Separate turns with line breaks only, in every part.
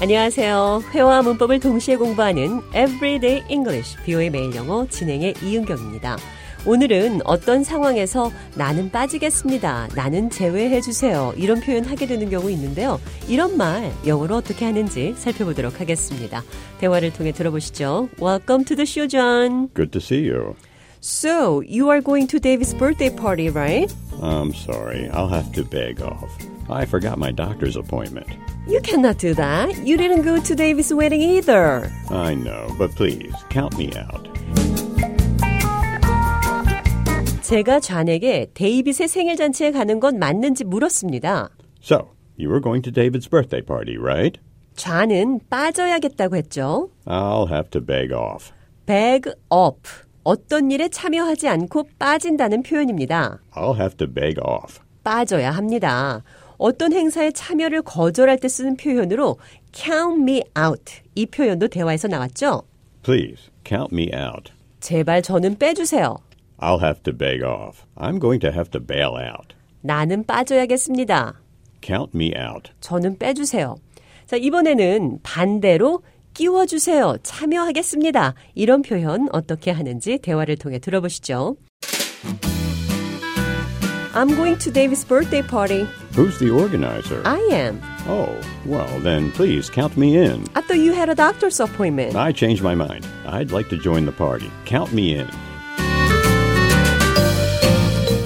안녕하세요. 회화와 문법을 동시에 공부하는 Everyday English, 비오의 매일 영어 진행의 이은경입니다. 오늘은 어떤 상황에서 나는 빠지겠습니다. 나는 제외해주세요. 이런 표현 하게 되는 경우 있는데요. 이런 말 영어로 어떻게 하는지 살펴보도록 하겠습니다. 대화를 통해 들어보시죠. Welcome to the show, John.
Good to see you.
So, you are going to David's birthday party, right?
I'm sorry, I'll have to beg off. I forgot my doctor's appointment.
You cannot do that. You didn't go to David's wedding either.
I know, but please, count me out.
제가 좌에게 데이빗의 생일 잔치에 가는 건 맞는지 물었습니다.
So, you were going to David's birthday party, right?
좌는 빠져야겠다고 했죠.
I'll have to beg off.
bag up. 어떤 일에 참여하지 않고 빠진다는 표현입니다.
I'll have to beg off.
빠져야 합니다. 어떤 행사에 참여를 거절할 때 쓰는 표현으로 count me out. 이 표현도 대화에서 나왔죠.
Please, count me out.
제발 저는 빼주세요.
I'll have to beg off. I'm going to have to bail out.
나는 빠져야겠습니다.
Count me out.
저는 빼주세요. 자, 이번에는 반대로 끼워주세요. 참여하겠습니다. 이런 표현 어떻게 하는지 대화를 통해 들어보시죠. I'm going to David's birthday party.
Who's the organizer?
I am.
Oh, well, then please count me in.
I thought you had a doctor's appointment.
I changed my mind. I'd like to join the party. Count me in.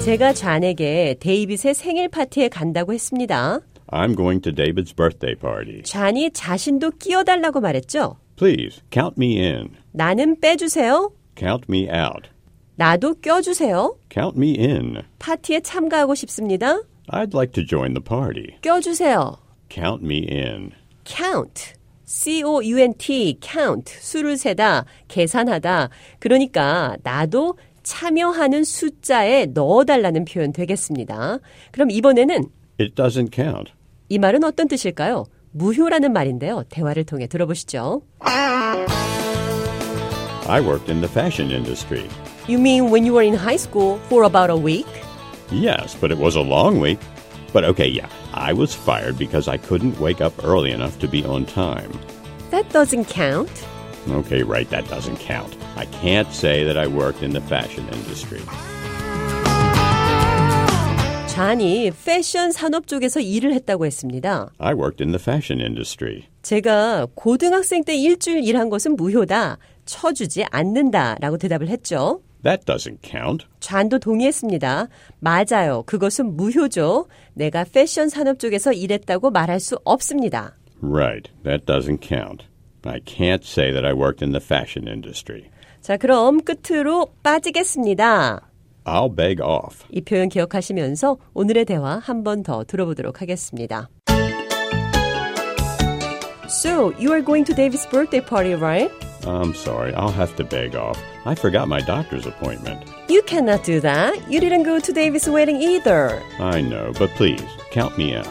제가 좌에게 데이빗의 생일 파티에 간다고 했습니다.
I'm going to David's birthday party.
좌이 자신도 끼어달라고 말했죠.
Please count me in.
나는 빼주세요.
Count me out.
나도 껴주세요.
Count me in.
파티에 참가하고 싶습니다.
I'd like to join the party.
껴주세요.
Count me in.
count. C-O-U-N-T, count. 수를 세다, 계산하다. 그러니까 나도 참여하는 숫자에 넣어달라는 표현 되겠습니다. 그럼 이번에는
It doesn't count.
이 말은 어떤 뜻일까요? 무효라는 말인데요. 대화를 통해 들어보시죠.
I worked in the fashion industry.
You mean when you were in high school for about a week?
Yes, but it was a long week. But okay, yeah, I was fired because I couldn't wake up early enough to be on time.
That doesn't count.
Okay, right, that doesn't count. I can't say that I worked in the fashion industry.
잔이 패션 산업 쪽에서 일을 했다고 했습니다.
I worked in the fashion industry.
제가 고등학생 때 일주일 일한 것은 무효다. 쳐주지 않는다. 라고 대답을 했죠.
That doesn't count.
좌도 동의했습니다. 맞아요. 그것은 무효죠. 내가 패션 산업 쪽에서 일했다고 말할 수 없습니다.
Right, that doesn't count. I can't say that I worked in the fashion industry.
자, 그럼 끝으로 빠지겠습니다.
I'll beg off.
이 표현 기억하시면서 오늘의 대화 한 번 더 들어보도록 하겠습니다. So, you are going to David's birthday party, right?
I'm sorry, I'll have to beg off. I forgot my doctor's appointment.
You cannot do that. You didn't go to David's wedding either.
I know, but please, count me out.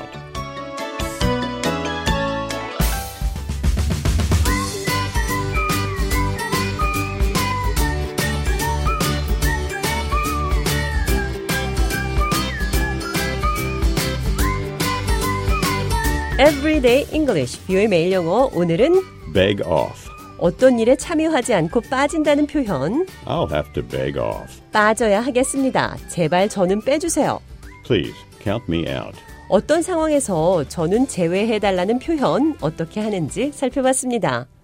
Everyday English, 뷰의 매일 영어. 오늘은
Beg off.
어떤 일에 참여하지 않고 빠진다는 표현,
I'll have to beg off.
빠져야 하겠습니다. 제발 저는 빼주세요.
Please, count me out.
어떤 상황에서 저는 제외해달라는 표현, 어떻게 하는지 살펴봤습니다.